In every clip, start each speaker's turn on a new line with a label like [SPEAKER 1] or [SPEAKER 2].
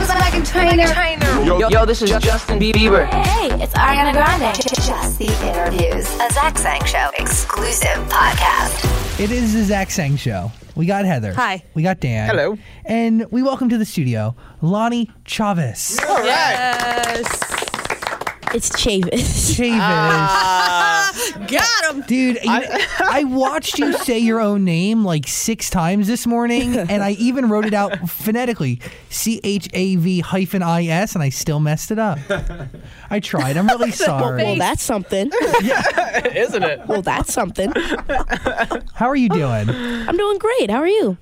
[SPEAKER 1] Tyner. Tyner.
[SPEAKER 2] Yo, yo, this is Justin Bieber.
[SPEAKER 3] Hey, it's Ariana Grande.
[SPEAKER 4] Just the interviews. A Zach Sang Show exclusive podcast.
[SPEAKER 5] It is the Zach Sang Show. We got Heather.
[SPEAKER 6] Hi.
[SPEAKER 5] We got Dan.
[SPEAKER 7] Hello.
[SPEAKER 5] And we welcome to the studio Lonnie Chavez.
[SPEAKER 7] All right.
[SPEAKER 6] Yes.
[SPEAKER 3] It's Chavis.
[SPEAKER 5] Chavez.
[SPEAKER 6] Got him.
[SPEAKER 5] Dude, you- I, watched you say your own name like six times this morning, and I even wrote it out phonetically C H A V hyphen I S, and I still messed it up. I tried. I'm really
[SPEAKER 3] Well,
[SPEAKER 5] sorry.
[SPEAKER 3] that's something.
[SPEAKER 7] Isn't it?
[SPEAKER 3] Well, that's something.
[SPEAKER 5] How are you doing?
[SPEAKER 3] I'm doing great. How are you?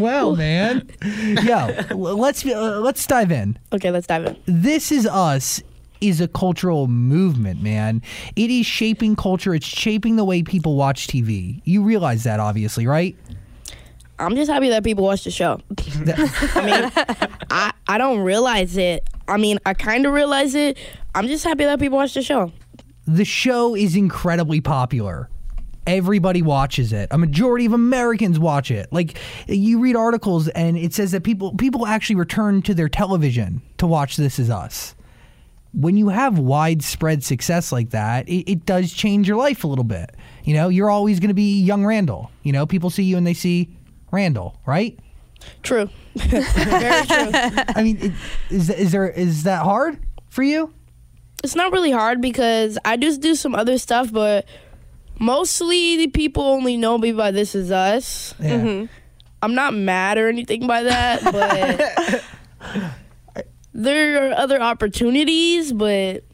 [SPEAKER 5] well, man. Yo, l- let's uh, let's dive in.
[SPEAKER 3] Okay, let's dive in.
[SPEAKER 5] This Is Us is a cultural movement, man. It is shaping culture, it's shaping the way people watch TV. You realize that, obviously, right?
[SPEAKER 3] I'm just happy that people watch the show.
[SPEAKER 5] That-
[SPEAKER 3] I mean, I I don't realize it. I mean, I kind of realize it. I'm just happy that people watch the show.
[SPEAKER 5] the show is incredibly popular. Everybody watches it. A majority of Americans watch it. Like you read articles and it says that people people actually return to their television to watch This Is Us. When you have widespread success like that, it, it does change your life a little bit. You know, you're always going to be young Randall. You know, people see you and they see Randall, right?
[SPEAKER 3] True. Very true.
[SPEAKER 5] I mean, it, is is there is that hard for you?
[SPEAKER 3] It's not really hard because I just do some other stuff, but mostly the people only know me by This Is Us.
[SPEAKER 5] Yeah.
[SPEAKER 3] I'm not mad or anything by that, but there are other opportunities, but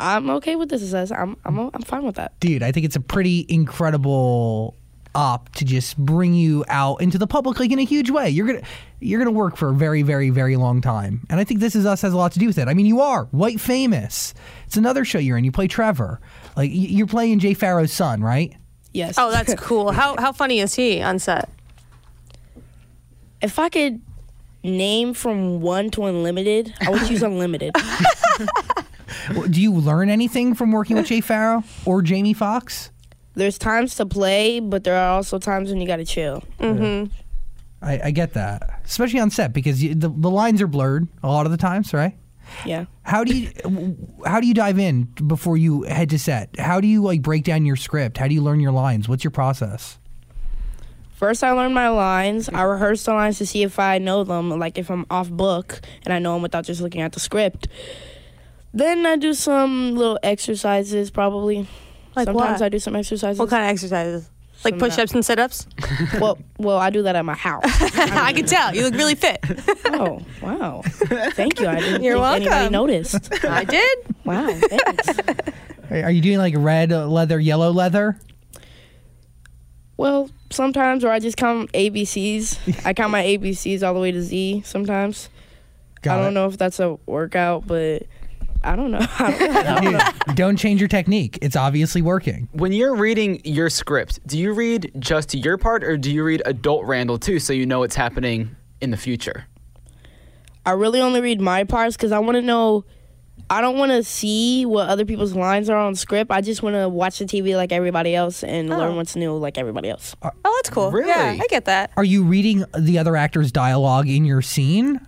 [SPEAKER 3] I'm okay with this. As I'm, I'm, I'm fine with that.
[SPEAKER 5] dude, I think it's a pretty incredible op to just bring you out into the public like in a huge way. You're gonna you're gonna work for a very, very, very long time. And I think this is us has a lot to do with it. I mean you are white famous. It's another show you're in. You play Trevor. Like y- you're playing Jay Farrow's son, right?
[SPEAKER 3] Yes.
[SPEAKER 6] Oh, that's cool. How how funny is he on set?
[SPEAKER 3] if I could name from one to unlimited, I would choose unlimited.
[SPEAKER 5] W- Do you learn anything from working with Jay Farrow or Jamie Foxx?
[SPEAKER 3] There's times to play, but there are also times when you gotta chill.
[SPEAKER 5] I, I get that, especially on set because you, the, the lines are blurred a lot of the times, right?
[SPEAKER 3] Yeah.
[SPEAKER 5] How do you how do you dive in before you head to set? How do you like break down your script? How do you learn your lines? What's your process?
[SPEAKER 3] First, I learned my lines.
[SPEAKER 6] Mm-hmm.
[SPEAKER 3] I rehearsed the lines to see if I know them, like if I'm off book and I know them without just looking at the script. Then I do some little exercises, probably.
[SPEAKER 6] Like
[SPEAKER 3] Sometimes
[SPEAKER 6] what?
[SPEAKER 3] I do some exercises.
[SPEAKER 6] What kind of exercises? Like
[SPEAKER 3] Some
[SPEAKER 6] push ups and sit ups?
[SPEAKER 3] well, well, I do that at my house.
[SPEAKER 6] I can tell. You look really fit.
[SPEAKER 3] oh, wow! Thank you. I didn't
[SPEAKER 6] You're
[SPEAKER 3] think anybody
[SPEAKER 6] welcome.
[SPEAKER 3] noticed.
[SPEAKER 6] I did.
[SPEAKER 3] Wow, thanks.
[SPEAKER 5] Are are you doing like red uh, leather, yellow leather?
[SPEAKER 3] Well, sometimes where I just count ABCs. I count my ABCs all the way to Z sometimes. I don't know if that's a workout, but I don't know. I don't know.
[SPEAKER 5] Dude, don't change your technique. It's obviously working.
[SPEAKER 7] When you're reading your script, do you read just your part or do you read adult Randall too so you know what's happening in the future?
[SPEAKER 3] I really only read my parts because I want to know. I don't want to see what other people's lines are on script. I just want to watch the TV like everybody else and learn what's new like everybody else.
[SPEAKER 6] Oh, that's cool.
[SPEAKER 7] Really?
[SPEAKER 6] Yeah, I get that.
[SPEAKER 5] Are you reading the other actor's dialogue in your scene?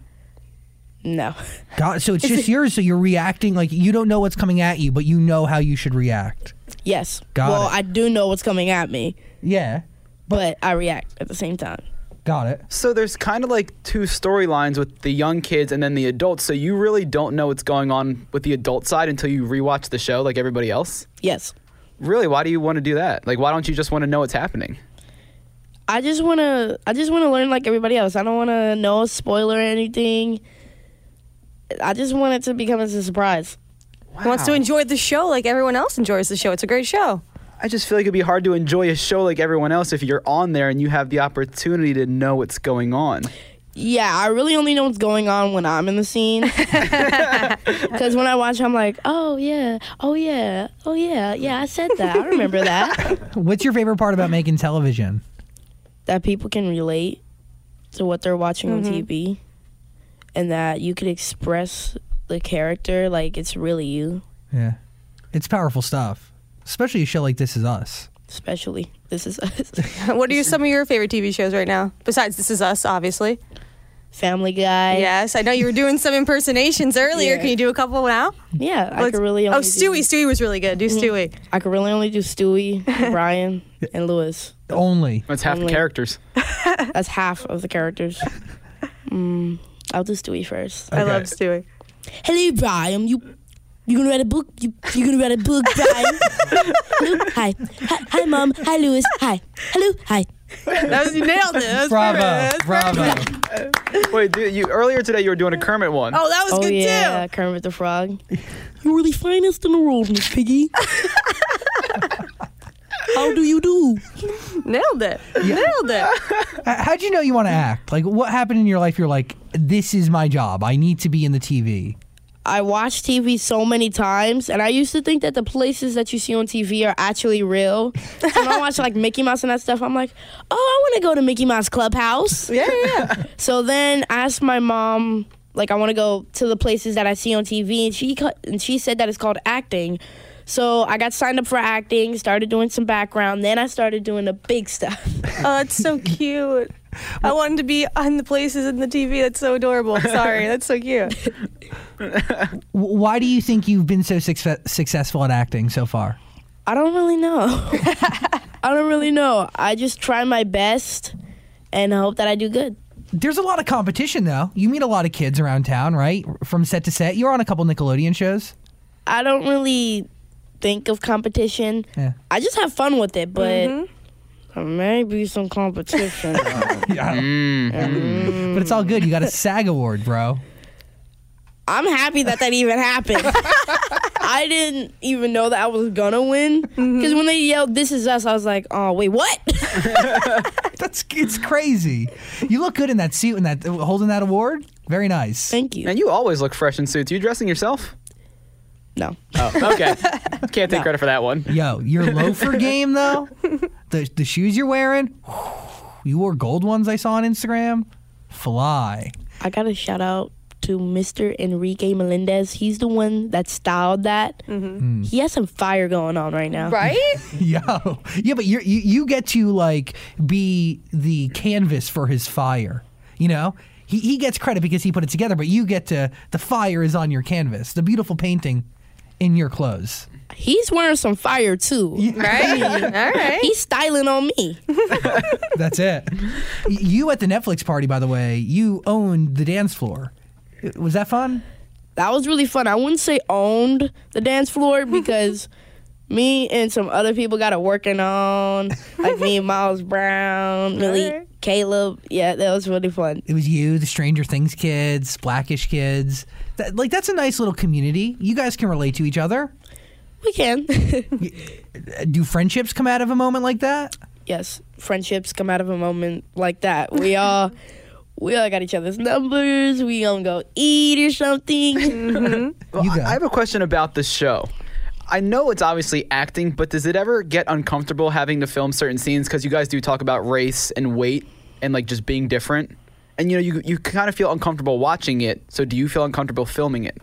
[SPEAKER 3] No,
[SPEAKER 5] God, so it's just yours. So you're reacting like you don't know what's coming at you, but you know how you should react.
[SPEAKER 3] yes.
[SPEAKER 5] Got
[SPEAKER 3] well,
[SPEAKER 5] it.
[SPEAKER 3] I do know what's coming at me,
[SPEAKER 5] Yeah,
[SPEAKER 3] but I react at the same time.
[SPEAKER 5] got it.
[SPEAKER 7] So there's kind of like two storylines with the young kids and then the adults, so you really don't know what's going on with the adult side until you rewatch the show like everybody else.
[SPEAKER 3] Yes,
[SPEAKER 7] Really, why do you want to do that? Like why don't you just want to know what's happening?
[SPEAKER 3] I just wanna. I just wanna learn like everybody else. I don't wanna know a spoiler or anything. I just want it to become as a surprise.
[SPEAKER 6] He wants to enjoy the show like everyone else enjoys the show. It's a great show.
[SPEAKER 7] I just feel like it'd be hard to enjoy a show like everyone else if you're on there and you have the opportunity to know what's going on.
[SPEAKER 3] Yeah, I really only know what's going on when I'm in the scene. Because when I watch, I'm like, oh yeah, oh yeah, oh yeah, yeah, I said that. I remember that.
[SPEAKER 5] What's your favorite part about making television?
[SPEAKER 3] that people can relate to what they're watching
[SPEAKER 6] Mm-hmm.
[SPEAKER 3] on TV and that you could express the character like it's really you,
[SPEAKER 5] Yeah, it's powerful stuff, especially a show like This Is Us.
[SPEAKER 3] especially. This is us.
[SPEAKER 6] What are your, some of your favorite TV shows right now? Besides This Is Us, obviously.
[SPEAKER 3] Family Guy.
[SPEAKER 6] Yes, I know you were doing some impersonations earlier.
[SPEAKER 3] Yeah.
[SPEAKER 6] Can you do a couple now?
[SPEAKER 3] Yeah, I
[SPEAKER 6] Let's-
[SPEAKER 3] could really
[SPEAKER 6] oh,
[SPEAKER 3] only do-
[SPEAKER 6] Stewie. Stewie was really good. Do Stewie.
[SPEAKER 3] I could really only do Stewie, Brian, and Lewis.
[SPEAKER 5] Only.
[SPEAKER 7] That's half the
[SPEAKER 3] Only-
[SPEAKER 7] characters.
[SPEAKER 3] That's half of the characters. Mm, I'll do Stewie first.
[SPEAKER 6] I
[SPEAKER 5] Okay.
[SPEAKER 6] love Stewie.
[SPEAKER 3] Hello, Brian. You you gonna write a book? You you gonna write a book, Brian? Hello, hi. hi, hi, mom. Hi, Lewis. Hi. Hello, hi.
[SPEAKER 6] That was you nailed it. That was
[SPEAKER 5] Bravo.
[SPEAKER 6] perfect.
[SPEAKER 5] Bravo.
[SPEAKER 7] Wait, dude, you earlier today you were doing a Kermit one.
[SPEAKER 6] Oh, that was
[SPEAKER 3] Oh
[SPEAKER 6] good
[SPEAKER 3] yeah,
[SPEAKER 6] too.
[SPEAKER 3] Kermit the Frog. You're the finest in the world, Miss Piggy. How do you do?
[SPEAKER 6] Nailed it. Nailed it.
[SPEAKER 5] H- How'd you know you want to act? Like, what happened in your life? You're like, this is my job. I need to be in the TV.
[SPEAKER 3] I watch TV so many times, and I used to think that the places that you see on TV are actually real. So when I watch like Mickey Mouse and that stuff, I'm like, oh, I want to go to Mickey Mouse Clubhouse.
[SPEAKER 6] Yeah, yeah. yeah.
[SPEAKER 3] So then I asked my mom, like, I want to go to the places that I see on TV, and she cu- and she said that it's called acting. So I got signed up for acting, started doing some background, then I started doing the big stuff.
[SPEAKER 6] oh, that's so cute. I wanted to be on the places in the TV. That's so adorable. Sorry, that's so cute.
[SPEAKER 5] W- Why do you think you've been so succe- successful at acting so far?
[SPEAKER 3] I don't really know. I don't really know. I just try my best and hope that I do good.
[SPEAKER 5] There's a lot of competition, though. You meet a lot of kids around town, right? From set to set. You're on a couple Nickelodeon shows.
[SPEAKER 3] I don't really think of competition.
[SPEAKER 5] Yeah.
[SPEAKER 3] I just have fun with it, but there may be some competition.
[SPEAKER 5] But it's all good. You got a SAG award, bro.
[SPEAKER 3] I'm happy that that even happened. I didn't even know that I was gonna win because when they yelled "This is us," I was like, "Oh wait, what?"
[SPEAKER 5] That's it's crazy. You look good in that suit and that holding that award. Very nice.
[SPEAKER 3] Thank you.
[SPEAKER 7] Man, you always look fresh in suits. You dressing yourself?
[SPEAKER 3] No,
[SPEAKER 7] Oh, okay. Can't take credit for that one.
[SPEAKER 5] Yo, your loafer game though, the the shoes you're wearing, you wore gold ones I saw on Instagram. Fly.
[SPEAKER 3] I got to shout out to Mr. Enrique Melendez. He's the one that styled that. He has some fire going on Mm-hmm. right now.
[SPEAKER 6] Right?
[SPEAKER 5] Yo, yeah, but you're, you you get to like be the canvas for his fire. You know, he he gets credit because he put it together, but you get to the fire is on your canvas, the beautiful painting in your clothes.
[SPEAKER 3] He's wearing some fire too.
[SPEAKER 6] Right? All right.
[SPEAKER 3] He's styling on me.
[SPEAKER 5] That's it. you at the Netflix party, by the way, you owned the dance floor. Uh, Was that fun?
[SPEAKER 3] that was really fun. I wouldn't say owned the dance floor because me and some other people got it working on, like me and Miles Brown, really
[SPEAKER 6] Alright.
[SPEAKER 3] Caleb. Yeah, that was really fun.
[SPEAKER 5] it was you, the Stranger Things kids, Blackish kids. That, like that's a nice little community. You guys can relate to each other.
[SPEAKER 3] We can.
[SPEAKER 5] Uh, Do friendships come out of a moment like that?
[SPEAKER 3] yes, friendships come out of a moment like that. We all. We all got each other's numbers. We gonna go eat or something.
[SPEAKER 7] Well,
[SPEAKER 5] You
[SPEAKER 7] I-
[SPEAKER 5] go.
[SPEAKER 7] I have a question about this show. I know it's obviously acting, but does it ever get uncomfortable having to film certain scenes? Because you guys do talk about race and weight and like just being different. And you know, you, you kind of feel uncomfortable watching it. So do you feel uncomfortable filming it?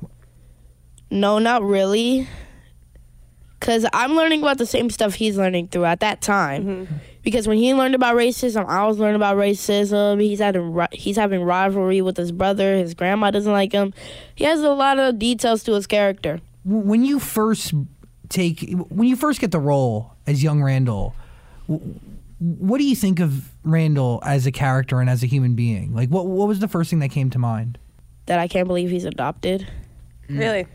[SPEAKER 3] no, not really. Cause I'm learning about the same stuff he's learning throughout that time. Because when he learned about racism, I was learning about racism. He's having ri- he's having rivalry with his brother. His grandma doesn't like him. He has a lot of details to his character.
[SPEAKER 5] W- When you first take, when you first get the role as young Randall, w- what do you think of Randall as a character and as a human being? Like, what what was the first thing that came to mind?
[SPEAKER 3] That I can't believe he's adopted.
[SPEAKER 6] Really?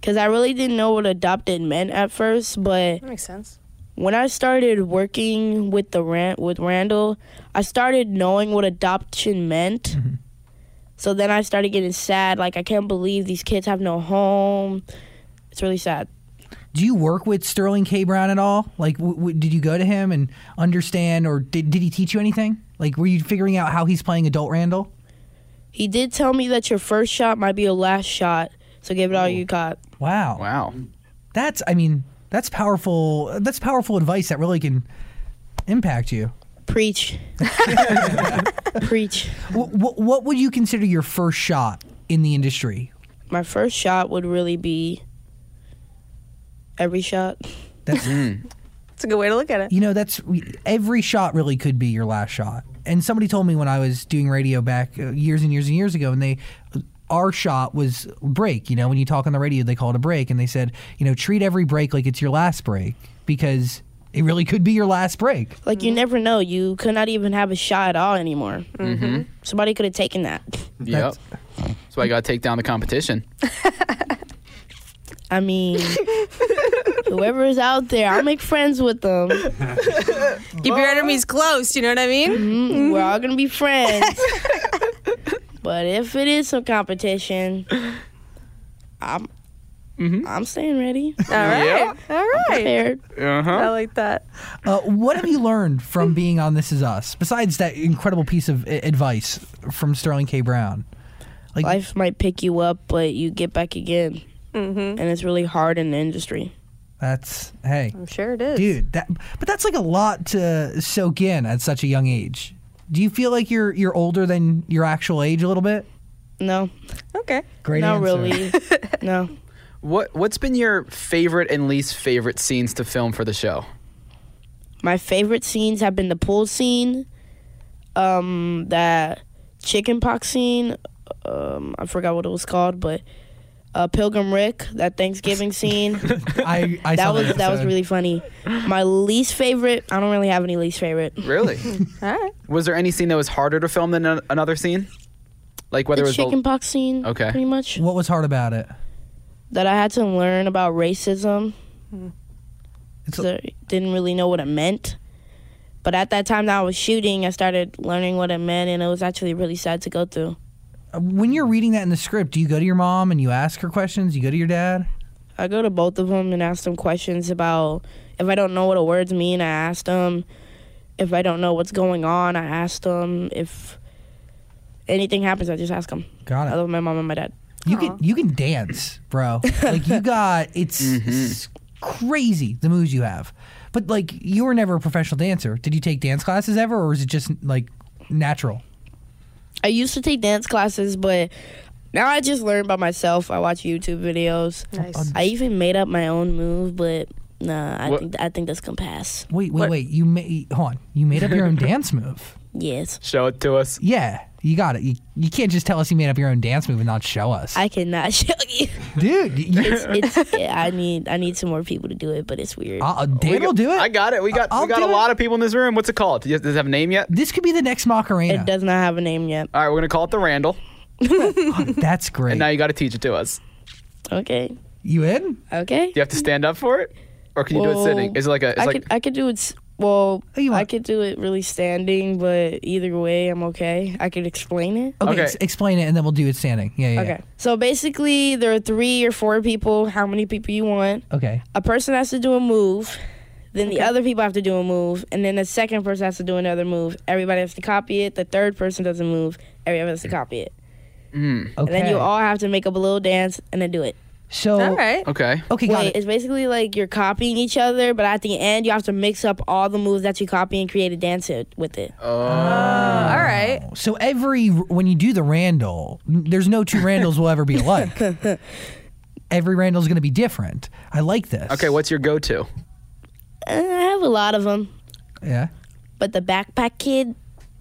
[SPEAKER 3] Cause I really didn't know what adopted meant at first, but
[SPEAKER 6] That makes sense.
[SPEAKER 3] when I started working with the ran- with Randall, I started knowing what adoption meant. So then I started getting sad. Like I can't believe these kids have no home. It's really sad.
[SPEAKER 5] Do you work with Sterling K. Brown at all? Like, w- w- did you go to him and understand, or did, did he teach you anything? Like, were you figuring out how he's playing adult Randall?
[SPEAKER 3] He did tell me that your first shot might be your last shot, so give it all you got.
[SPEAKER 5] Wow.
[SPEAKER 7] Wow.
[SPEAKER 5] that's I mean that's powerful that's powerful advice that really can impact you.
[SPEAKER 3] Preach. Preach.
[SPEAKER 5] What, what, what would you consider your first shot in the industry?
[SPEAKER 3] My first shot would really be every shot.
[SPEAKER 5] That's
[SPEAKER 6] It's a good way to look at it.
[SPEAKER 5] You know, that's every shot really could be your last shot. And somebody told me when I was doing radio back uh, years and years and years ago, and they, uh, our shot was break. You know, when you talk on the radio, they call it a break, and they said, you know, treat every break like it's your last break because it really could be your last break.
[SPEAKER 3] Like you never know. You could not even have a shot at all anymore. Mm-hmm. Somebody could have taken that.
[SPEAKER 7] Yep. That's why you got to take down the competition.
[SPEAKER 3] I mean, whoever's out there, I'll make friends with them.
[SPEAKER 6] Keep your enemies close. You know what I mean?
[SPEAKER 3] Mm, We're all gonna be friends. but if it is some competition, I'm, I'm staying ready.
[SPEAKER 6] All right. All right.
[SPEAKER 3] Prepared.
[SPEAKER 7] Uh
[SPEAKER 6] I
[SPEAKER 7] huh.
[SPEAKER 6] like that.
[SPEAKER 5] Uh, what have you learned from being on This Is Us besides that incredible piece of a- advice from Sterling K. Brown? Like,
[SPEAKER 3] Life might pick you up, but you get back again,
[SPEAKER 6] Mm-hmm.
[SPEAKER 3] and it's really hard in the industry.
[SPEAKER 5] that's hey,
[SPEAKER 6] I'm sure it is.
[SPEAKER 5] dude. That, but that's like a lot to soak in at such a young age. Do you feel like you're you're older than your actual age a little bit?
[SPEAKER 3] No,
[SPEAKER 6] Okay.
[SPEAKER 5] Great
[SPEAKER 3] not
[SPEAKER 5] answer.
[SPEAKER 3] really. no,
[SPEAKER 7] What What's been your favorite and least favorite scenes to film for the show?
[SPEAKER 3] my favorite scenes have been the pool scene, um, that chicken pox scene. Um, I forgot what it was called, but uh, Pilgrim Rick, that Thanksgiving scene.
[SPEAKER 5] I, I
[SPEAKER 3] that
[SPEAKER 5] saw
[SPEAKER 3] was that was
[SPEAKER 5] episode.
[SPEAKER 3] really funny. My least favorite. I don't really have any least favorite.
[SPEAKER 7] Really?
[SPEAKER 6] All right.
[SPEAKER 7] was there any scene that was harder to film than an- another scene? Like whether
[SPEAKER 3] The
[SPEAKER 7] it was the-
[SPEAKER 3] chicken pox scene.
[SPEAKER 7] Okay.
[SPEAKER 3] Pretty much
[SPEAKER 5] What was hard about it?
[SPEAKER 3] that I had to learn about racism.
[SPEAKER 5] It's
[SPEAKER 3] 'cause I didn't really know what it meant. But at that time that I was shooting, I started learning what it meant, and it was actually really sad to go through.
[SPEAKER 5] Uh, When you're reading that in the script, do you go to your mom and you ask her questions? You go to your dad?
[SPEAKER 3] I go to both of them and ask them questions about if I don't know what the words mean, I ask them. If I don't know what's going on, I ask them. If anything happens, I just ask them.
[SPEAKER 5] Got
[SPEAKER 3] I
[SPEAKER 5] it.
[SPEAKER 3] love my mom and my dad.
[SPEAKER 5] You can you can dance, bro. Like you got it's, it's crazy the moves you have. But like you were never a professional dancer. Did you take dance classes ever, or is it just like natural?
[SPEAKER 3] I used to take dance classes, but now I just learn by myself. I watch YouTube videos.
[SPEAKER 6] Nice.
[SPEAKER 3] I even made up my own move, but nah, I
[SPEAKER 7] What-
[SPEAKER 3] think I think that's gonna pass.
[SPEAKER 5] Wait, wait,
[SPEAKER 6] What-
[SPEAKER 5] wait. You made hold on. You made up your own dance move.
[SPEAKER 3] Yes,
[SPEAKER 7] Show it to us.
[SPEAKER 5] Yeah, you got it. You, you can't just tell us you made up your own dance move and not show us,
[SPEAKER 3] I cannot show you.
[SPEAKER 5] dude. You,
[SPEAKER 3] It's, it's yeah, I need I need some more people to do it, but it's weird.
[SPEAKER 5] uh, Dan will do it.
[SPEAKER 7] I got it. We got
[SPEAKER 5] I'll
[SPEAKER 7] we got
[SPEAKER 5] do
[SPEAKER 7] a
[SPEAKER 5] it.
[SPEAKER 7] lot of people in this room. What's it called? Does does it have a name yet?
[SPEAKER 5] This could be the next
[SPEAKER 3] It
[SPEAKER 5] Macarena.
[SPEAKER 3] does not have a name yet.
[SPEAKER 7] All right, we're gonna call it the Randall.
[SPEAKER 5] That's great.
[SPEAKER 7] And now you got to teach it to us.
[SPEAKER 3] Okay,
[SPEAKER 5] you in?
[SPEAKER 3] okay.
[SPEAKER 7] Do you have to stand up for it, or can you do
[SPEAKER 3] Well,
[SPEAKER 7] it sitting? Is it like a? It's
[SPEAKER 3] I
[SPEAKER 7] like
[SPEAKER 3] could I could do it. s- Well,
[SPEAKER 5] Oh, you
[SPEAKER 3] I
[SPEAKER 5] want-
[SPEAKER 3] could do it really standing, but either way, I'm okay. I could explain it.
[SPEAKER 5] Okay,
[SPEAKER 7] Okay.
[SPEAKER 5] ex- explain it, and then we'll do it standing. Yeah, yeah. yeah.
[SPEAKER 3] Okay. So basically, there are three or four people. How many people you want?
[SPEAKER 5] Okay.
[SPEAKER 3] a person has to do a move, then the other people have to do a move, and then the second person has to do another move. Everybody has to copy it. The third person doesn't move. Everybody has to copy it.
[SPEAKER 5] Okay.
[SPEAKER 3] And then you all have to make up a little dance and then do it.
[SPEAKER 5] so
[SPEAKER 6] All right.
[SPEAKER 7] okay,
[SPEAKER 5] okay, got
[SPEAKER 3] Wait,
[SPEAKER 5] it.
[SPEAKER 3] it's basically like you're copying each other, but at the end, you have to mix up all the moves that you copy and create a dance it- with it.
[SPEAKER 6] All right.
[SPEAKER 5] So every when you do the Randall, n- there's no two Randalls will ever be alike. every Randall's going to be different. I like this.
[SPEAKER 7] okay. What's your go-to?
[SPEAKER 3] Uh, I have a lot of them,
[SPEAKER 5] Yeah.
[SPEAKER 3] but the backpack kid,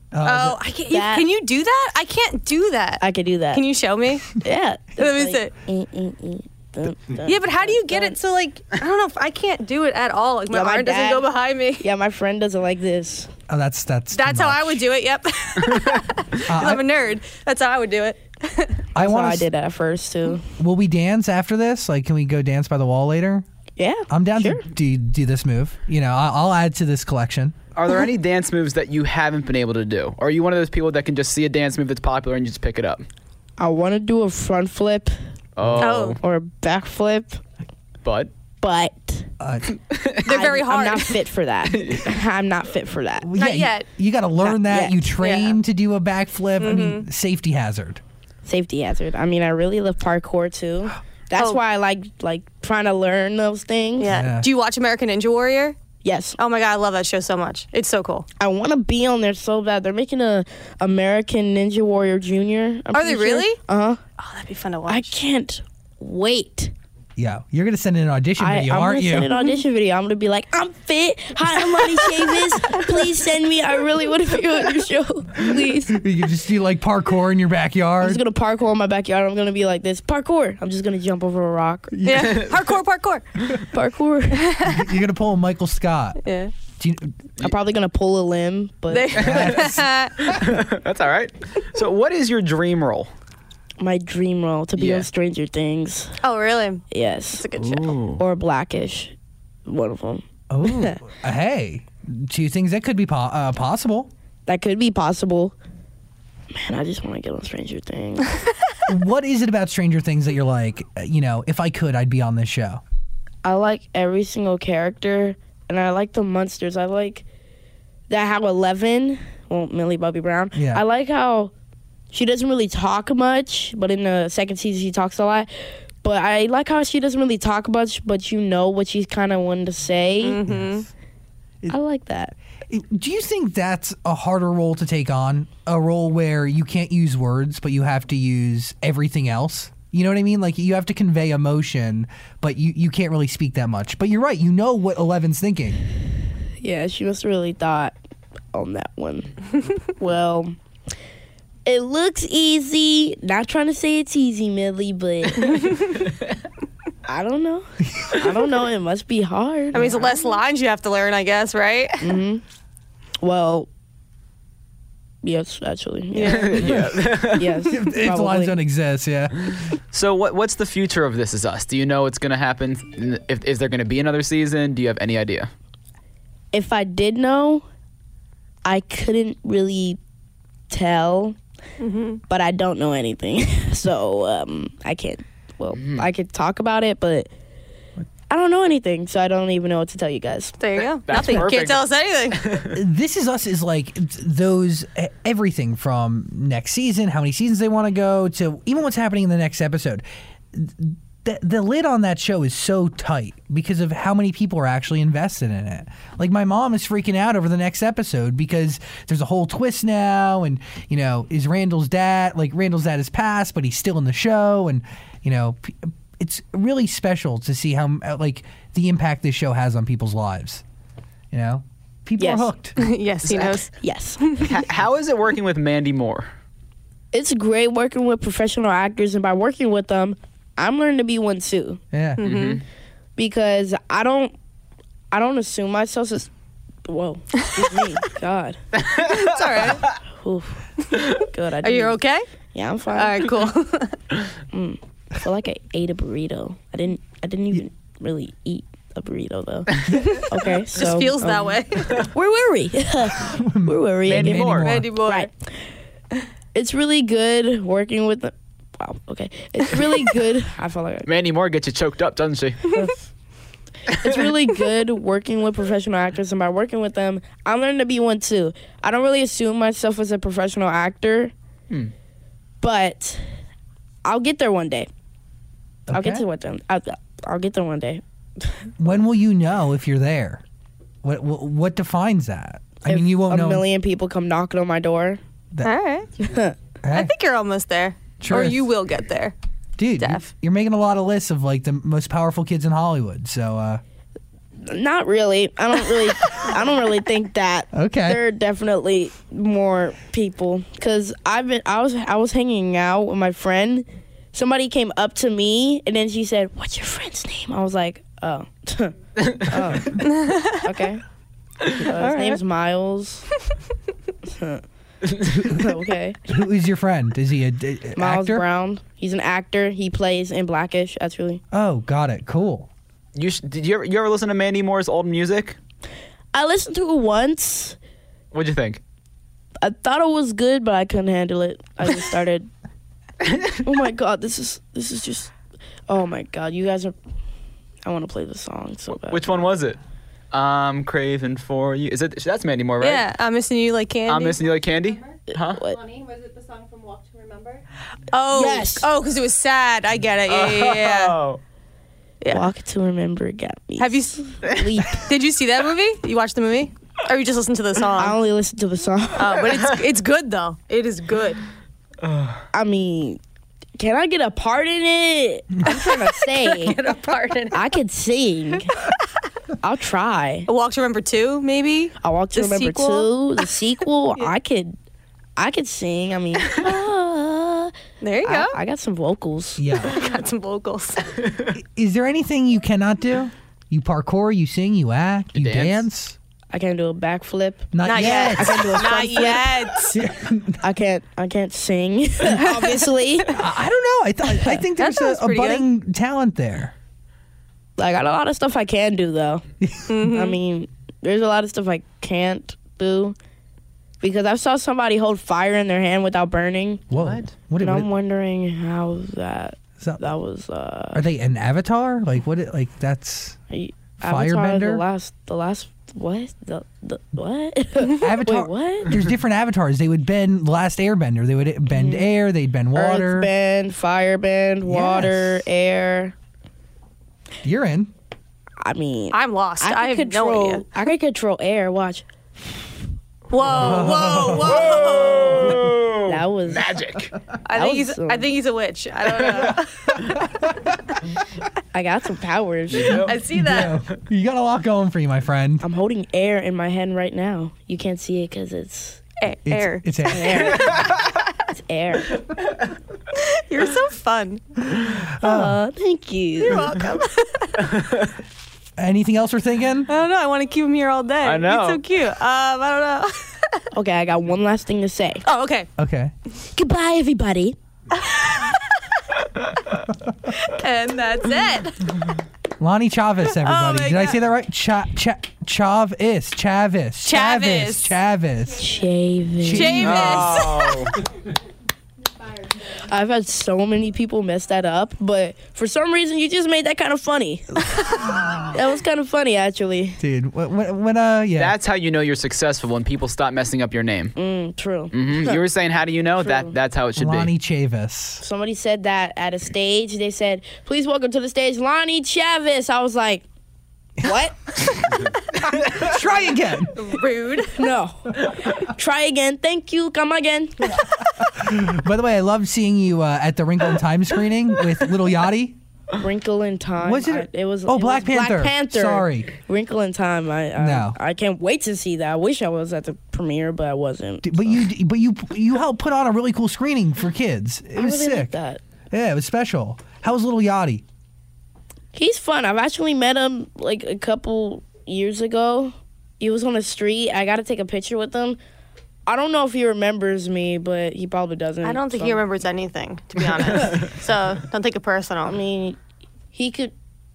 [SPEAKER 5] Uh,
[SPEAKER 6] Oh, I can't. You,
[SPEAKER 3] That-
[SPEAKER 6] can you do that? I can't do that.
[SPEAKER 3] I could do that.
[SPEAKER 6] Can you show me?
[SPEAKER 3] Yeah.
[SPEAKER 6] Let me
[SPEAKER 3] It's like, mm, mm, mm, dun, dun.
[SPEAKER 6] Yeah, but how do you get it so like I don't know if I can't do it at all. Like my,
[SPEAKER 3] Yeah, my
[SPEAKER 6] arm doesn't
[SPEAKER 3] dad-
[SPEAKER 6] go behind me.
[SPEAKER 3] Yeah, my friend doesn't like this.
[SPEAKER 5] the- oh, that's that's. too
[SPEAKER 6] That's how I
[SPEAKER 5] much.
[SPEAKER 6] would do it. Yep. 'Cause I'm a nerd. That's how I would do it.
[SPEAKER 5] I
[SPEAKER 3] That's how I
[SPEAKER 5] want
[SPEAKER 3] did it at first too.
[SPEAKER 5] Will we dance after this? Like, can we go dance by the wall later?
[SPEAKER 3] Yeah.
[SPEAKER 5] I'm down
[SPEAKER 3] sure.
[SPEAKER 5] to do do this move. You know, I'll, I'll add to this collection.
[SPEAKER 7] Are there any dance moves that you haven't been able to do? Or are you one of those people that can just see a dance move that's popular and you just pick it up?
[SPEAKER 3] I want to do a front flip
[SPEAKER 7] Oh,
[SPEAKER 6] Oh.
[SPEAKER 3] or a back flip,
[SPEAKER 7] but
[SPEAKER 3] but
[SPEAKER 5] Uh,
[SPEAKER 6] They're very
[SPEAKER 3] I'm- I'm
[SPEAKER 6] hard.
[SPEAKER 3] not fit for that. I'm not fit for that.
[SPEAKER 5] well, yeah,
[SPEAKER 6] Not
[SPEAKER 5] you-
[SPEAKER 6] yet.
[SPEAKER 5] You, got to learn
[SPEAKER 3] Not
[SPEAKER 5] that.
[SPEAKER 3] yet. Mm-hmm.
[SPEAKER 5] You train to do a backflip. I mean, safety hazard.
[SPEAKER 3] Safety hazard. I mean, I really love parkour too. That's
[SPEAKER 6] Oh.
[SPEAKER 3] why I like like trying to learn those things.
[SPEAKER 6] yeah.
[SPEAKER 5] Yeah.
[SPEAKER 6] Do you watch American Ninja Warrior?
[SPEAKER 3] Yes,
[SPEAKER 6] Oh my god, I love that show so much. It's so cool.
[SPEAKER 3] I want to be on there so bad. They're making a American Ninja Warrior Junior.
[SPEAKER 6] Are they really?
[SPEAKER 3] Uh huh.
[SPEAKER 6] Oh, that'd be fun to
[SPEAKER 3] I
[SPEAKER 6] watch.
[SPEAKER 3] can't wait.
[SPEAKER 5] Yo, you're gonna send in an audition
[SPEAKER 3] I,
[SPEAKER 5] video,
[SPEAKER 3] I'm
[SPEAKER 5] aren't
[SPEAKER 3] gonna
[SPEAKER 5] you?
[SPEAKER 3] send an audition video. I'm gonna be like, I'm fit. Hi, I'm Lonnie Chavis. Please send me. I really want to be on your show. Please. I'm
[SPEAKER 5] you can just do like parkour in your backyard.
[SPEAKER 3] just gonna parkour in my backyard. I'm gonna be like this parkour. I'm just gonna jump over a rock.
[SPEAKER 6] Yeah. Hardcore, parkour.
[SPEAKER 3] Parkour.
[SPEAKER 5] you're gonna pull a Michael Scott.
[SPEAKER 6] Yeah.
[SPEAKER 5] Do you,
[SPEAKER 3] I'm probably gonna pull a limb, but
[SPEAKER 7] That's all right. So, what is your dream role?
[SPEAKER 3] my dream role to be
[SPEAKER 7] Yeah.
[SPEAKER 3] on Stranger Things.
[SPEAKER 6] oh, really?
[SPEAKER 3] Yes.
[SPEAKER 6] It's a good show.
[SPEAKER 3] Or Blackish. One of them.
[SPEAKER 5] oh, hey, two things that could be po- uh, possible.
[SPEAKER 3] That could be possible. Man, I just want to get on Stranger Things.
[SPEAKER 5] what is it about Stranger Things that you're like, uh, you know, if I could, I'd be on this show?
[SPEAKER 3] I like every single character, and I like the monsters. I like that how Eleven, well, Millie Bobby Brown.
[SPEAKER 5] Yeah.
[SPEAKER 3] I like how she doesn't really talk much, but in the second season she talks a lot. But I like how she doesn't really talk much, but you know what she's kind of wanting to say.
[SPEAKER 5] Mm-hmm.
[SPEAKER 3] I like that.
[SPEAKER 5] Do you think that's a harder role to take on? A role where you can't use words, but you have to use everything else? You know what I mean? Like you have to convey emotion, but you, you can't really speak that much. But you're right, you know what Eleven's thinking.
[SPEAKER 3] Yeah, she must have really thought on that one. well, it looks easy. Not trying to say it's easy, Millie, but I don't know. I don't know. It must be hard.
[SPEAKER 6] I mean, it's less lines you have to learn, I guess, right?
[SPEAKER 3] well, yes, actually. Yeah.
[SPEAKER 7] Yeah.
[SPEAKER 3] yes.
[SPEAKER 5] If the lines don't
[SPEAKER 3] probably.
[SPEAKER 5] exist, yeah.
[SPEAKER 7] so, what what's the future of This Is Us? Do you know what's going to happen? If, is there going to be another season? Do you have any idea?
[SPEAKER 3] If I did know, I couldn't really tell,
[SPEAKER 6] Mm-hmm.
[SPEAKER 3] but I don't know anything. so um, I can't, well, I could talk about it, but I don't know anything, so I don't even know what to tell you guys.
[SPEAKER 6] There you go.
[SPEAKER 7] That's
[SPEAKER 6] Nothing. Can't
[SPEAKER 7] perfect.
[SPEAKER 6] tell us anything.
[SPEAKER 5] This is us is like those e, everything from next season, how many seasons they want to go to even what's happening in the next episode. The, the lid on that show is so tight because of how many people are actually invested in it. Like my mom is freaking out over the next episode because there's a whole twist now and you know, is Randall's dad, like Randall's dad is passed, but he's still in the show and you know, p- it's really special to see how like the impact this show has on people's lives. You know? People
[SPEAKER 3] Yes.
[SPEAKER 5] are hooked.
[SPEAKER 6] yes, he knows.
[SPEAKER 3] Yes.
[SPEAKER 7] H- how is it working with Mandy Moore?
[SPEAKER 3] it's great working with professional actors, and by working with them, I'm learning to be one too.
[SPEAKER 5] Yeah.
[SPEAKER 7] Mm-hmm.
[SPEAKER 3] because I don't I don't assume myself as whoa excuse me God
[SPEAKER 6] It's all right.
[SPEAKER 3] Oof. good I
[SPEAKER 6] Are you
[SPEAKER 3] didn't-
[SPEAKER 6] okay?
[SPEAKER 3] yeah I'm fine
[SPEAKER 6] All right, cool.
[SPEAKER 3] I feel like I ate a burrito I didn't I didn't even really eat a burrito though okay so
[SPEAKER 6] Just feels that
[SPEAKER 3] um,
[SPEAKER 6] way.
[SPEAKER 3] where were we where were we
[SPEAKER 5] Mandy
[SPEAKER 3] again?
[SPEAKER 5] Moore.
[SPEAKER 6] Mandy Moore.
[SPEAKER 3] right it's really good working with the wow okay it's really good I feel like I
[SPEAKER 7] Mandy Moore gets you choked up, doesn't she?
[SPEAKER 3] it's really good working with professional actors, and by working with them, I'm learning to be one too. I don't really assume myself as a professional actor, but I'll get there one day. I'll get
[SPEAKER 5] Okay.
[SPEAKER 3] to what them. I'll, I'll get there one day.
[SPEAKER 5] When will you know if you're there? What what, what defines that? I mean,
[SPEAKER 3] If
[SPEAKER 5] you won't
[SPEAKER 3] a
[SPEAKER 5] know.
[SPEAKER 3] million people come knocking on my door.
[SPEAKER 6] all right.
[SPEAKER 5] Hey,
[SPEAKER 6] I think you're almost there. Or
[SPEAKER 5] Truth.
[SPEAKER 6] you will get there.
[SPEAKER 5] dude, you-
[SPEAKER 6] Def.
[SPEAKER 5] you're making a lot of lists of like the most powerful kids in Hollywood. So, uh,
[SPEAKER 3] Not really. I don't really. I don't really think that.
[SPEAKER 5] Okay.
[SPEAKER 3] There are definitely more people because I've been. I was. I was hanging out with my friend. Somebody came up to me and then she said, "What's your friend's name?" I was like, "Oh, oh, okay." Uh, his name's Miles. okay,
[SPEAKER 5] who is your friend? Is he a, d- a-
[SPEAKER 3] Miles
[SPEAKER 5] actor?
[SPEAKER 3] Brown. He's an actor. He plays in Blackish. Actually,
[SPEAKER 5] Oh, got it. Cool.
[SPEAKER 7] You sh- did you ever, you ever listen to Mandy Moore's old music?
[SPEAKER 3] I listened to it once.
[SPEAKER 7] What'd you think?
[SPEAKER 3] I thought it was good, but I couldn't handle it. I just started. oh my god, this is this is just. Oh my god, you guys are. I want to play the song so bad.
[SPEAKER 7] Which one was it? I'm craving for you. Is it? That's Mandy Moore, right?
[SPEAKER 6] Yeah, I'm missing you like candy.
[SPEAKER 7] I'm missing you like candy. Huh?
[SPEAKER 1] Lonnie, was it the song from Walk to Remember?
[SPEAKER 6] Oh,
[SPEAKER 3] Yes.
[SPEAKER 6] Oh, because it was sad. I get it. Yeah, yeah, yeah.
[SPEAKER 7] Oh.
[SPEAKER 6] yeah.
[SPEAKER 3] Walk to remember got me.
[SPEAKER 6] Have you?
[SPEAKER 3] sleep?
[SPEAKER 6] Did you see that movie? You watched the movie, or you just listened to the
[SPEAKER 3] I
[SPEAKER 6] song?
[SPEAKER 3] only listened to the song.
[SPEAKER 6] Oh, but it's it's good though. It is good.
[SPEAKER 3] I mean, Can I get a part in it? I'm trying to say
[SPEAKER 6] Get a part in it.
[SPEAKER 3] I could sing. I'll try.
[SPEAKER 6] A Walk to Remember Two, maybe.
[SPEAKER 3] I want to
[SPEAKER 6] The
[SPEAKER 3] remember
[SPEAKER 6] sequel?
[SPEAKER 3] two. The sequel. I could. I could sing. I mean, ah,
[SPEAKER 6] There you go.
[SPEAKER 3] I, I got some vocals.
[SPEAKER 5] Yeah.
[SPEAKER 6] got some vocals.
[SPEAKER 5] Is there anything you cannot do? You parkour, you sing, you act, you, dance.
[SPEAKER 7] dance?
[SPEAKER 3] I can't do a backflip.
[SPEAKER 5] Not,
[SPEAKER 6] Not
[SPEAKER 5] yet.
[SPEAKER 6] yet. Not yet.
[SPEAKER 3] I can't. I can't sing. obviously,
[SPEAKER 5] I, I don't know. I, th- I think
[SPEAKER 6] That
[SPEAKER 5] there's a,
[SPEAKER 6] sounds
[SPEAKER 5] a
[SPEAKER 6] pretty good.
[SPEAKER 5] budding talent there.
[SPEAKER 3] I got a lot of stuff I can do though.
[SPEAKER 6] Mm-hmm.
[SPEAKER 3] I mean, there's a lot of stuff I can't do because I saw somebody hold fire in their hand without burning,
[SPEAKER 5] Whoa.
[SPEAKER 7] What?
[SPEAKER 5] What,
[SPEAKER 3] and
[SPEAKER 5] what-
[SPEAKER 3] I'm wondering how that
[SPEAKER 5] is that-
[SPEAKER 3] that was. Uh,
[SPEAKER 5] are they an avatar? Like what? it- Like that's
[SPEAKER 3] I- Avatar, the
[SPEAKER 5] Firebender?
[SPEAKER 3] last, the last, what? The, the what?
[SPEAKER 5] avatar.
[SPEAKER 3] Wait, what?
[SPEAKER 5] There's different avatars. They would bend last airbender. They would bend air. They'd bend water.
[SPEAKER 3] Earth bend, fire bend, water,
[SPEAKER 5] Yes.
[SPEAKER 3] air.
[SPEAKER 5] You're in.
[SPEAKER 3] I mean,
[SPEAKER 6] I'm lost. I,
[SPEAKER 3] could
[SPEAKER 6] have
[SPEAKER 3] control.
[SPEAKER 6] no idea.
[SPEAKER 3] I could control air. Watch,
[SPEAKER 6] Whoa, whoa, whoa!
[SPEAKER 3] that was
[SPEAKER 7] Magic.
[SPEAKER 6] I think
[SPEAKER 3] was
[SPEAKER 6] he's.
[SPEAKER 3] some-
[SPEAKER 6] I think he's a witch. I don't know.
[SPEAKER 3] I got some powers.
[SPEAKER 6] I see that.
[SPEAKER 5] You got a lot going for you, my friend.
[SPEAKER 3] I'm holding air in my hand right now. You can't see it because it's
[SPEAKER 6] A-
[SPEAKER 5] It's,
[SPEAKER 6] Air.
[SPEAKER 5] It's air.
[SPEAKER 3] air. it's air.
[SPEAKER 6] You're so fun.
[SPEAKER 3] Oh, thank you. You're welcome.
[SPEAKER 5] Anything else we're thinking?
[SPEAKER 6] I don't know. I want to keep him here all day.
[SPEAKER 7] I know.
[SPEAKER 6] He's so cute. Um, I don't know.
[SPEAKER 3] Okay, I got one last thing to say.
[SPEAKER 6] Oh, okay.
[SPEAKER 5] Okay.
[SPEAKER 3] Goodbye, everybody.
[SPEAKER 6] And that's it.
[SPEAKER 5] Lonnie Chavez,
[SPEAKER 3] Oh
[SPEAKER 5] everybody.
[SPEAKER 6] my
[SPEAKER 5] Did I say
[SPEAKER 6] God.
[SPEAKER 5] that right? Cha cha Chavis. Chavis.
[SPEAKER 6] Chavis.
[SPEAKER 5] Chavis.
[SPEAKER 3] Shaving.
[SPEAKER 6] James.
[SPEAKER 7] Oh.
[SPEAKER 3] I've had so many people mess that up, but for some reason you just made that kind of funny. that was kind of funny actually.
[SPEAKER 5] Dude, when, when, when uh, yeah.
[SPEAKER 7] That's how you know you're successful when people stop messing up your name.
[SPEAKER 3] Mm, true.
[SPEAKER 7] Mhm. You were saying, how do you know? That that's how it should
[SPEAKER 5] Lonnie
[SPEAKER 7] be.
[SPEAKER 5] Chavis.
[SPEAKER 3] Somebody said that at a stage. They said, "Please welcome to the stage, Lonnie Chavez." I was like, "What?
[SPEAKER 5] Try again.
[SPEAKER 6] Rude.
[SPEAKER 3] no. Try again. Thank you. Come again."
[SPEAKER 5] By the way, I love seeing you uh, at the Wrinkle in Time screening with Little Yachty.
[SPEAKER 3] Wrinkle in Time.
[SPEAKER 5] Was it-
[SPEAKER 3] I- it was.
[SPEAKER 5] oh,
[SPEAKER 3] it
[SPEAKER 5] Black
[SPEAKER 3] was
[SPEAKER 5] Panther.
[SPEAKER 3] Black Panther.
[SPEAKER 5] Sorry.
[SPEAKER 3] Wrinkle in Time. I. I,
[SPEAKER 5] No.
[SPEAKER 3] I can't wait to see that. I wish I was at the premiere, but I wasn't.
[SPEAKER 5] But you, but you, you helped put on a really cool screening for kids. It
[SPEAKER 3] I
[SPEAKER 5] was
[SPEAKER 3] really
[SPEAKER 5] sick.
[SPEAKER 3] like that.
[SPEAKER 5] Yeah, it was special. How was Little Yachty?
[SPEAKER 3] He's fun. I've actually met him like a couple years ago. He was on the street. I got to take a picture with him. I don't know if he remembers me, but he probably doesn't.
[SPEAKER 6] I don't think
[SPEAKER 3] so-
[SPEAKER 6] he remembers anything, to be honest. so don't take it personal.
[SPEAKER 3] I mean, he could.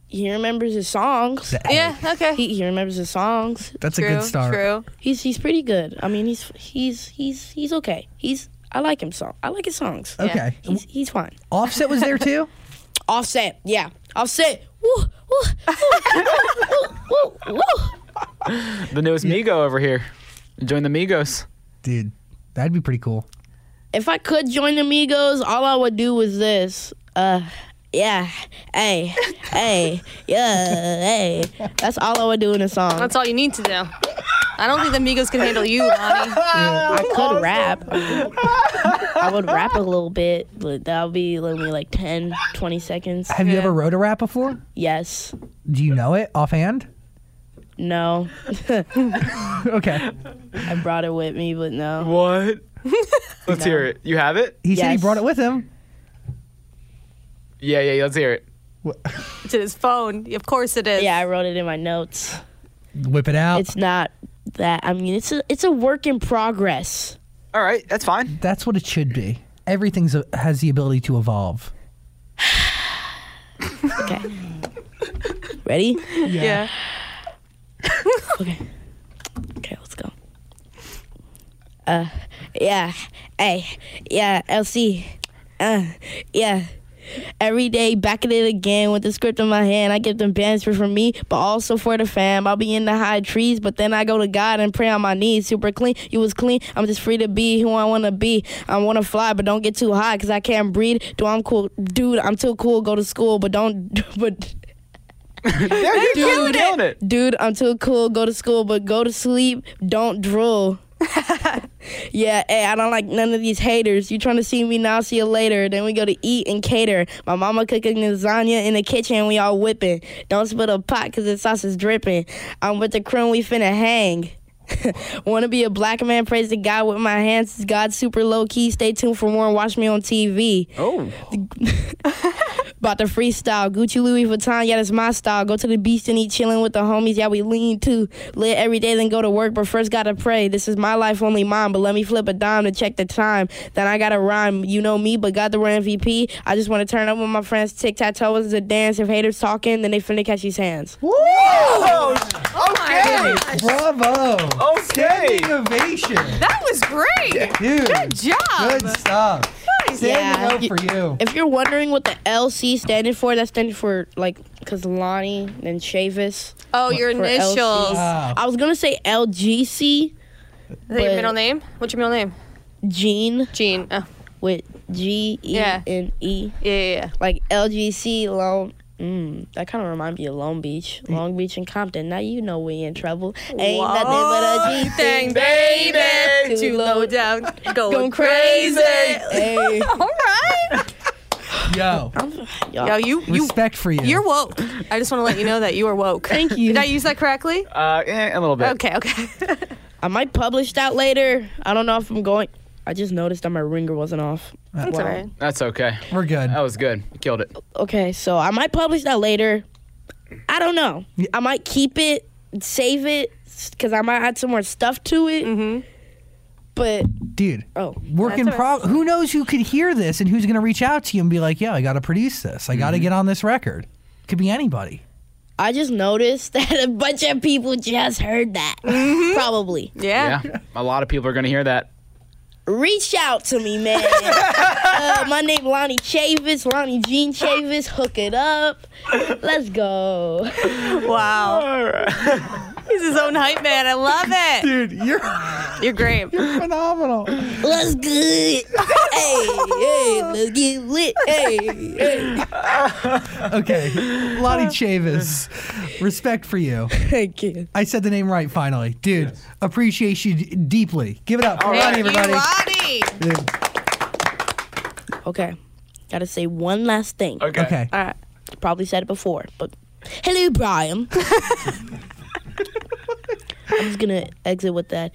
[SPEAKER 3] He remembers his songs.
[SPEAKER 6] yeah. Okay.
[SPEAKER 3] He, he remembers his songs.
[SPEAKER 5] That's
[SPEAKER 6] true.
[SPEAKER 5] a good start.
[SPEAKER 6] True.
[SPEAKER 3] He's he's pretty good. I mean, he's he's he's he's okay. He's I like him song. I like his songs.
[SPEAKER 5] Okay.
[SPEAKER 3] He's he's fine.
[SPEAKER 5] Offset was there too.
[SPEAKER 3] Offset, yeah. Offset. Woo, woo, woo, woo, woo, woo.
[SPEAKER 7] The newest Migo over here. Join the Migos.
[SPEAKER 5] Dude, that'd be pretty cool.
[SPEAKER 3] if I could join the Migos, all I would do was this. Uh, yeah, hey, hey, yeah, hey. That's all I would do in a song.
[SPEAKER 6] That's all you need to do. I don't think the Migos can handle you, Lonnie.
[SPEAKER 3] I could rap. I would rap a little bit, but that would be like, maybe like 10, 20 seconds.
[SPEAKER 5] Have you ever wrote a rap before?
[SPEAKER 3] Yes.
[SPEAKER 5] Do you know it offhand?
[SPEAKER 3] No.
[SPEAKER 5] Okay.
[SPEAKER 3] I brought it with me, but no.
[SPEAKER 7] What? let's hear it. You have it?
[SPEAKER 5] He said he
[SPEAKER 3] Yes.
[SPEAKER 5] brought it with him.
[SPEAKER 7] Yeah, yeah. Let's hear it.
[SPEAKER 6] It's in his phone. Of course it is.
[SPEAKER 3] Yeah, I wrote it in my notes.
[SPEAKER 5] Whip it out.
[SPEAKER 3] It's not that. I mean, it's a it's a work in progress.
[SPEAKER 7] All right, that's fine.
[SPEAKER 5] That's what it should be. Everything's a, has the ability to evolve.
[SPEAKER 3] Okay. Ready?
[SPEAKER 6] Yeah.
[SPEAKER 3] Okay. Okay, let's go. Uh, yeah. Hey, yeah, LC. Uh, yeah. Every day back at it again with the script in my hand. I give them bands for, for me, but also for the fam. I'll be in the high trees, but then I go to God and pray on my knees. Super clean, you was clean. I'm just free to be who I wanna be. I wanna fly, but don't get too high, cause I can't breathe. Do I'm cool, dude? I'm too cool. Go to school, but don't, but
[SPEAKER 7] Yeah, you're killing, killing it.
[SPEAKER 3] Dude, I'm too cool. Go to school, but go to sleep. Don't drool. Yeah, hey, I don't like none of these haters. You trying to see me now, see you later. Then we go to eat and cater. My mama cooking lasagna in the kitchen, we all whipping. Don't spit a pot because the sauce is dripping. I'm with the crew, we finna hang. Wanna be a black man? Praise the God with my hands. It's God super low key. Stay tuned for more. and Watch me on TV.
[SPEAKER 7] Oh,
[SPEAKER 3] About the freestyle. Gucci Louis Vuitton, yeah, that's my style. Go to the beach and eat chillin' with the homies. Yeah, we lean too. Lit every day, then go to work, but first gotta pray. This is my life, only mine, but let me flip a dime to check the time. Then I gotta rhyme. You know me, but got the real MVP. I just wanna turn up with my friends. Tic tac toe is a dance. If haters talking, then they finna catch these hands.
[SPEAKER 7] Oh, okay,
[SPEAKER 5] Bravo.
[SPEAKER 7] okay.
[SPEAKER 5] Standing ovation.
[SPEAKER 6] Oh, That was great.
[SPEAKER 5] Dude.
[SPEAKER 6] Good job.
[SPEAKER 5] Good stuff.
[SPEAKER 3] Yeah.
[SPEAKER 5] Standing yeah. for you.
[SPEAKER 3] If you're wondering what the LC standing for, that's standing for like, cause Lonnie and Chavis.
[SPEAKER 6] Oh, your
[SPEAKER 3] for LC.
[SPEAKER 6] initials.
[SPEAKER 5] Wow.
[SPEAKER 3] I was gonna say LGC,
[SPEAKER 6] Is that your
[SPEAKER 3] But-
[SPEAKER 6] middle name? What's your middle name?
[SPEAKER 3] Gene.
[SPEAKER 6] Gene. Oh,
[SPEAKER 3] with G E
[SPEAKER 6] Yeah.
[SPEAKER 3] N E,
[SPEAKER 6] yeah, yeah, yeah.
[SPEAKER 3] like LGC Long. Mm, that kind of reminds me of Long Beach, Long Beach and Compton. Now you know we in trouble. Ain't nothing but a G thing.
[SPEAKER 6] baby.
[SPEAKER 3] Too low
[SPEAKER 6] down. Going
[SPEAKER 3] Going crazy. Hey,
[SPEAKER 6] All right.
[SPEAKER 5] Yo.
[SPEAKER 3] y'all.
[SPEAKER 6] Yo, you, you,
[SPEAKER 5] Respect for you.
[SPEAKER 6] you're woke. I just want to let you know that you are woke. Thank
[SPEAKER 3] you.
[SPEAKER 6] Did I use that correctly?
[SPEAKER 7] Uh, eh, a little bit.
[SPEAKER 6] Okay, okay.
[SPEAKER 3] I might publish that later. I don't know if I'm going. I just noticed that my ringer wasn't off.
[SPEAKER 6] That's all right.
[SPEAKER 7] That's okay.
[SPEAKER 5] We're good.
[SPEAKER 6] Oh,
[SPEAKER 7] That was good. You Killed it.
[SPEAKER 3] Okay, so I might publish that later. I don't know. I might keep it, save it, because I might add some more stuff to it.
[SPEAKER 6] Mhm.
[SPEAKER 3] But
[SPEAKER 5] Dude.
[SPEAKER 3] oh,
[SPEAKER 5] Work in
[SPEAKER 6] That's all
[SPEAKER 5] progress. Who knows who could hear this and who's going to reach out to you and be like, "Yeah, I got to produce this. I got to get on this record." Could be anybody.
[SPEAKER 3] I just noticed that a bunch of people just heard that. Mm-hmm. Probably.
[SPEAKER 6] Yeah.
[SPEAKER 7] Yeah. A lot of people are gonna hear that.
[SPEAKER 3] Reach out to me, man. uh, my name Lonnie Chavis, Lonnie Jean Chavis. Hook it up. Let's go.
[SPEAKER 6] Wow. He's his own hype man. I love it.
[SPEAKER 5] Dude, you're
[SPEAKER 6] You're great.
[SPEAKER 5] phenomenal.
[SPEAKER 3] Let's good. hey, hey, let's get lit. Hey, hey.
[SPEAKER 5] Okay, Lottie Chavis, respect for you.
[SPEAKER 3] Thank you.
[SPEAKER 5] I said the name right finally, dude. Appreciate you d- deeply. Give it up for Lottie,
[SPEAKER 6] Thank you,
[SPEAKER 5] everybody.
[SPEAKER 6] Lottie.
[SPEAKER 5] Dude,
[SPEAKER 3] Okay. Gotta say one last thing.
[SPEAKER 7] Okay.
[SPEAKER 5] Okay,
[SPEAKER 6] All right.
[SPEAKER 3] Probably said it before, but hello, Brian. I'm just gonna exit with that.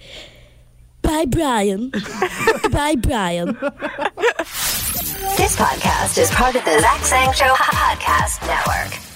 [SPEAKER 3] Bye, Brian. Bye, Brian.
[SPEAKER 4] This podcast is part of the Zach Sang Show Podcast Network.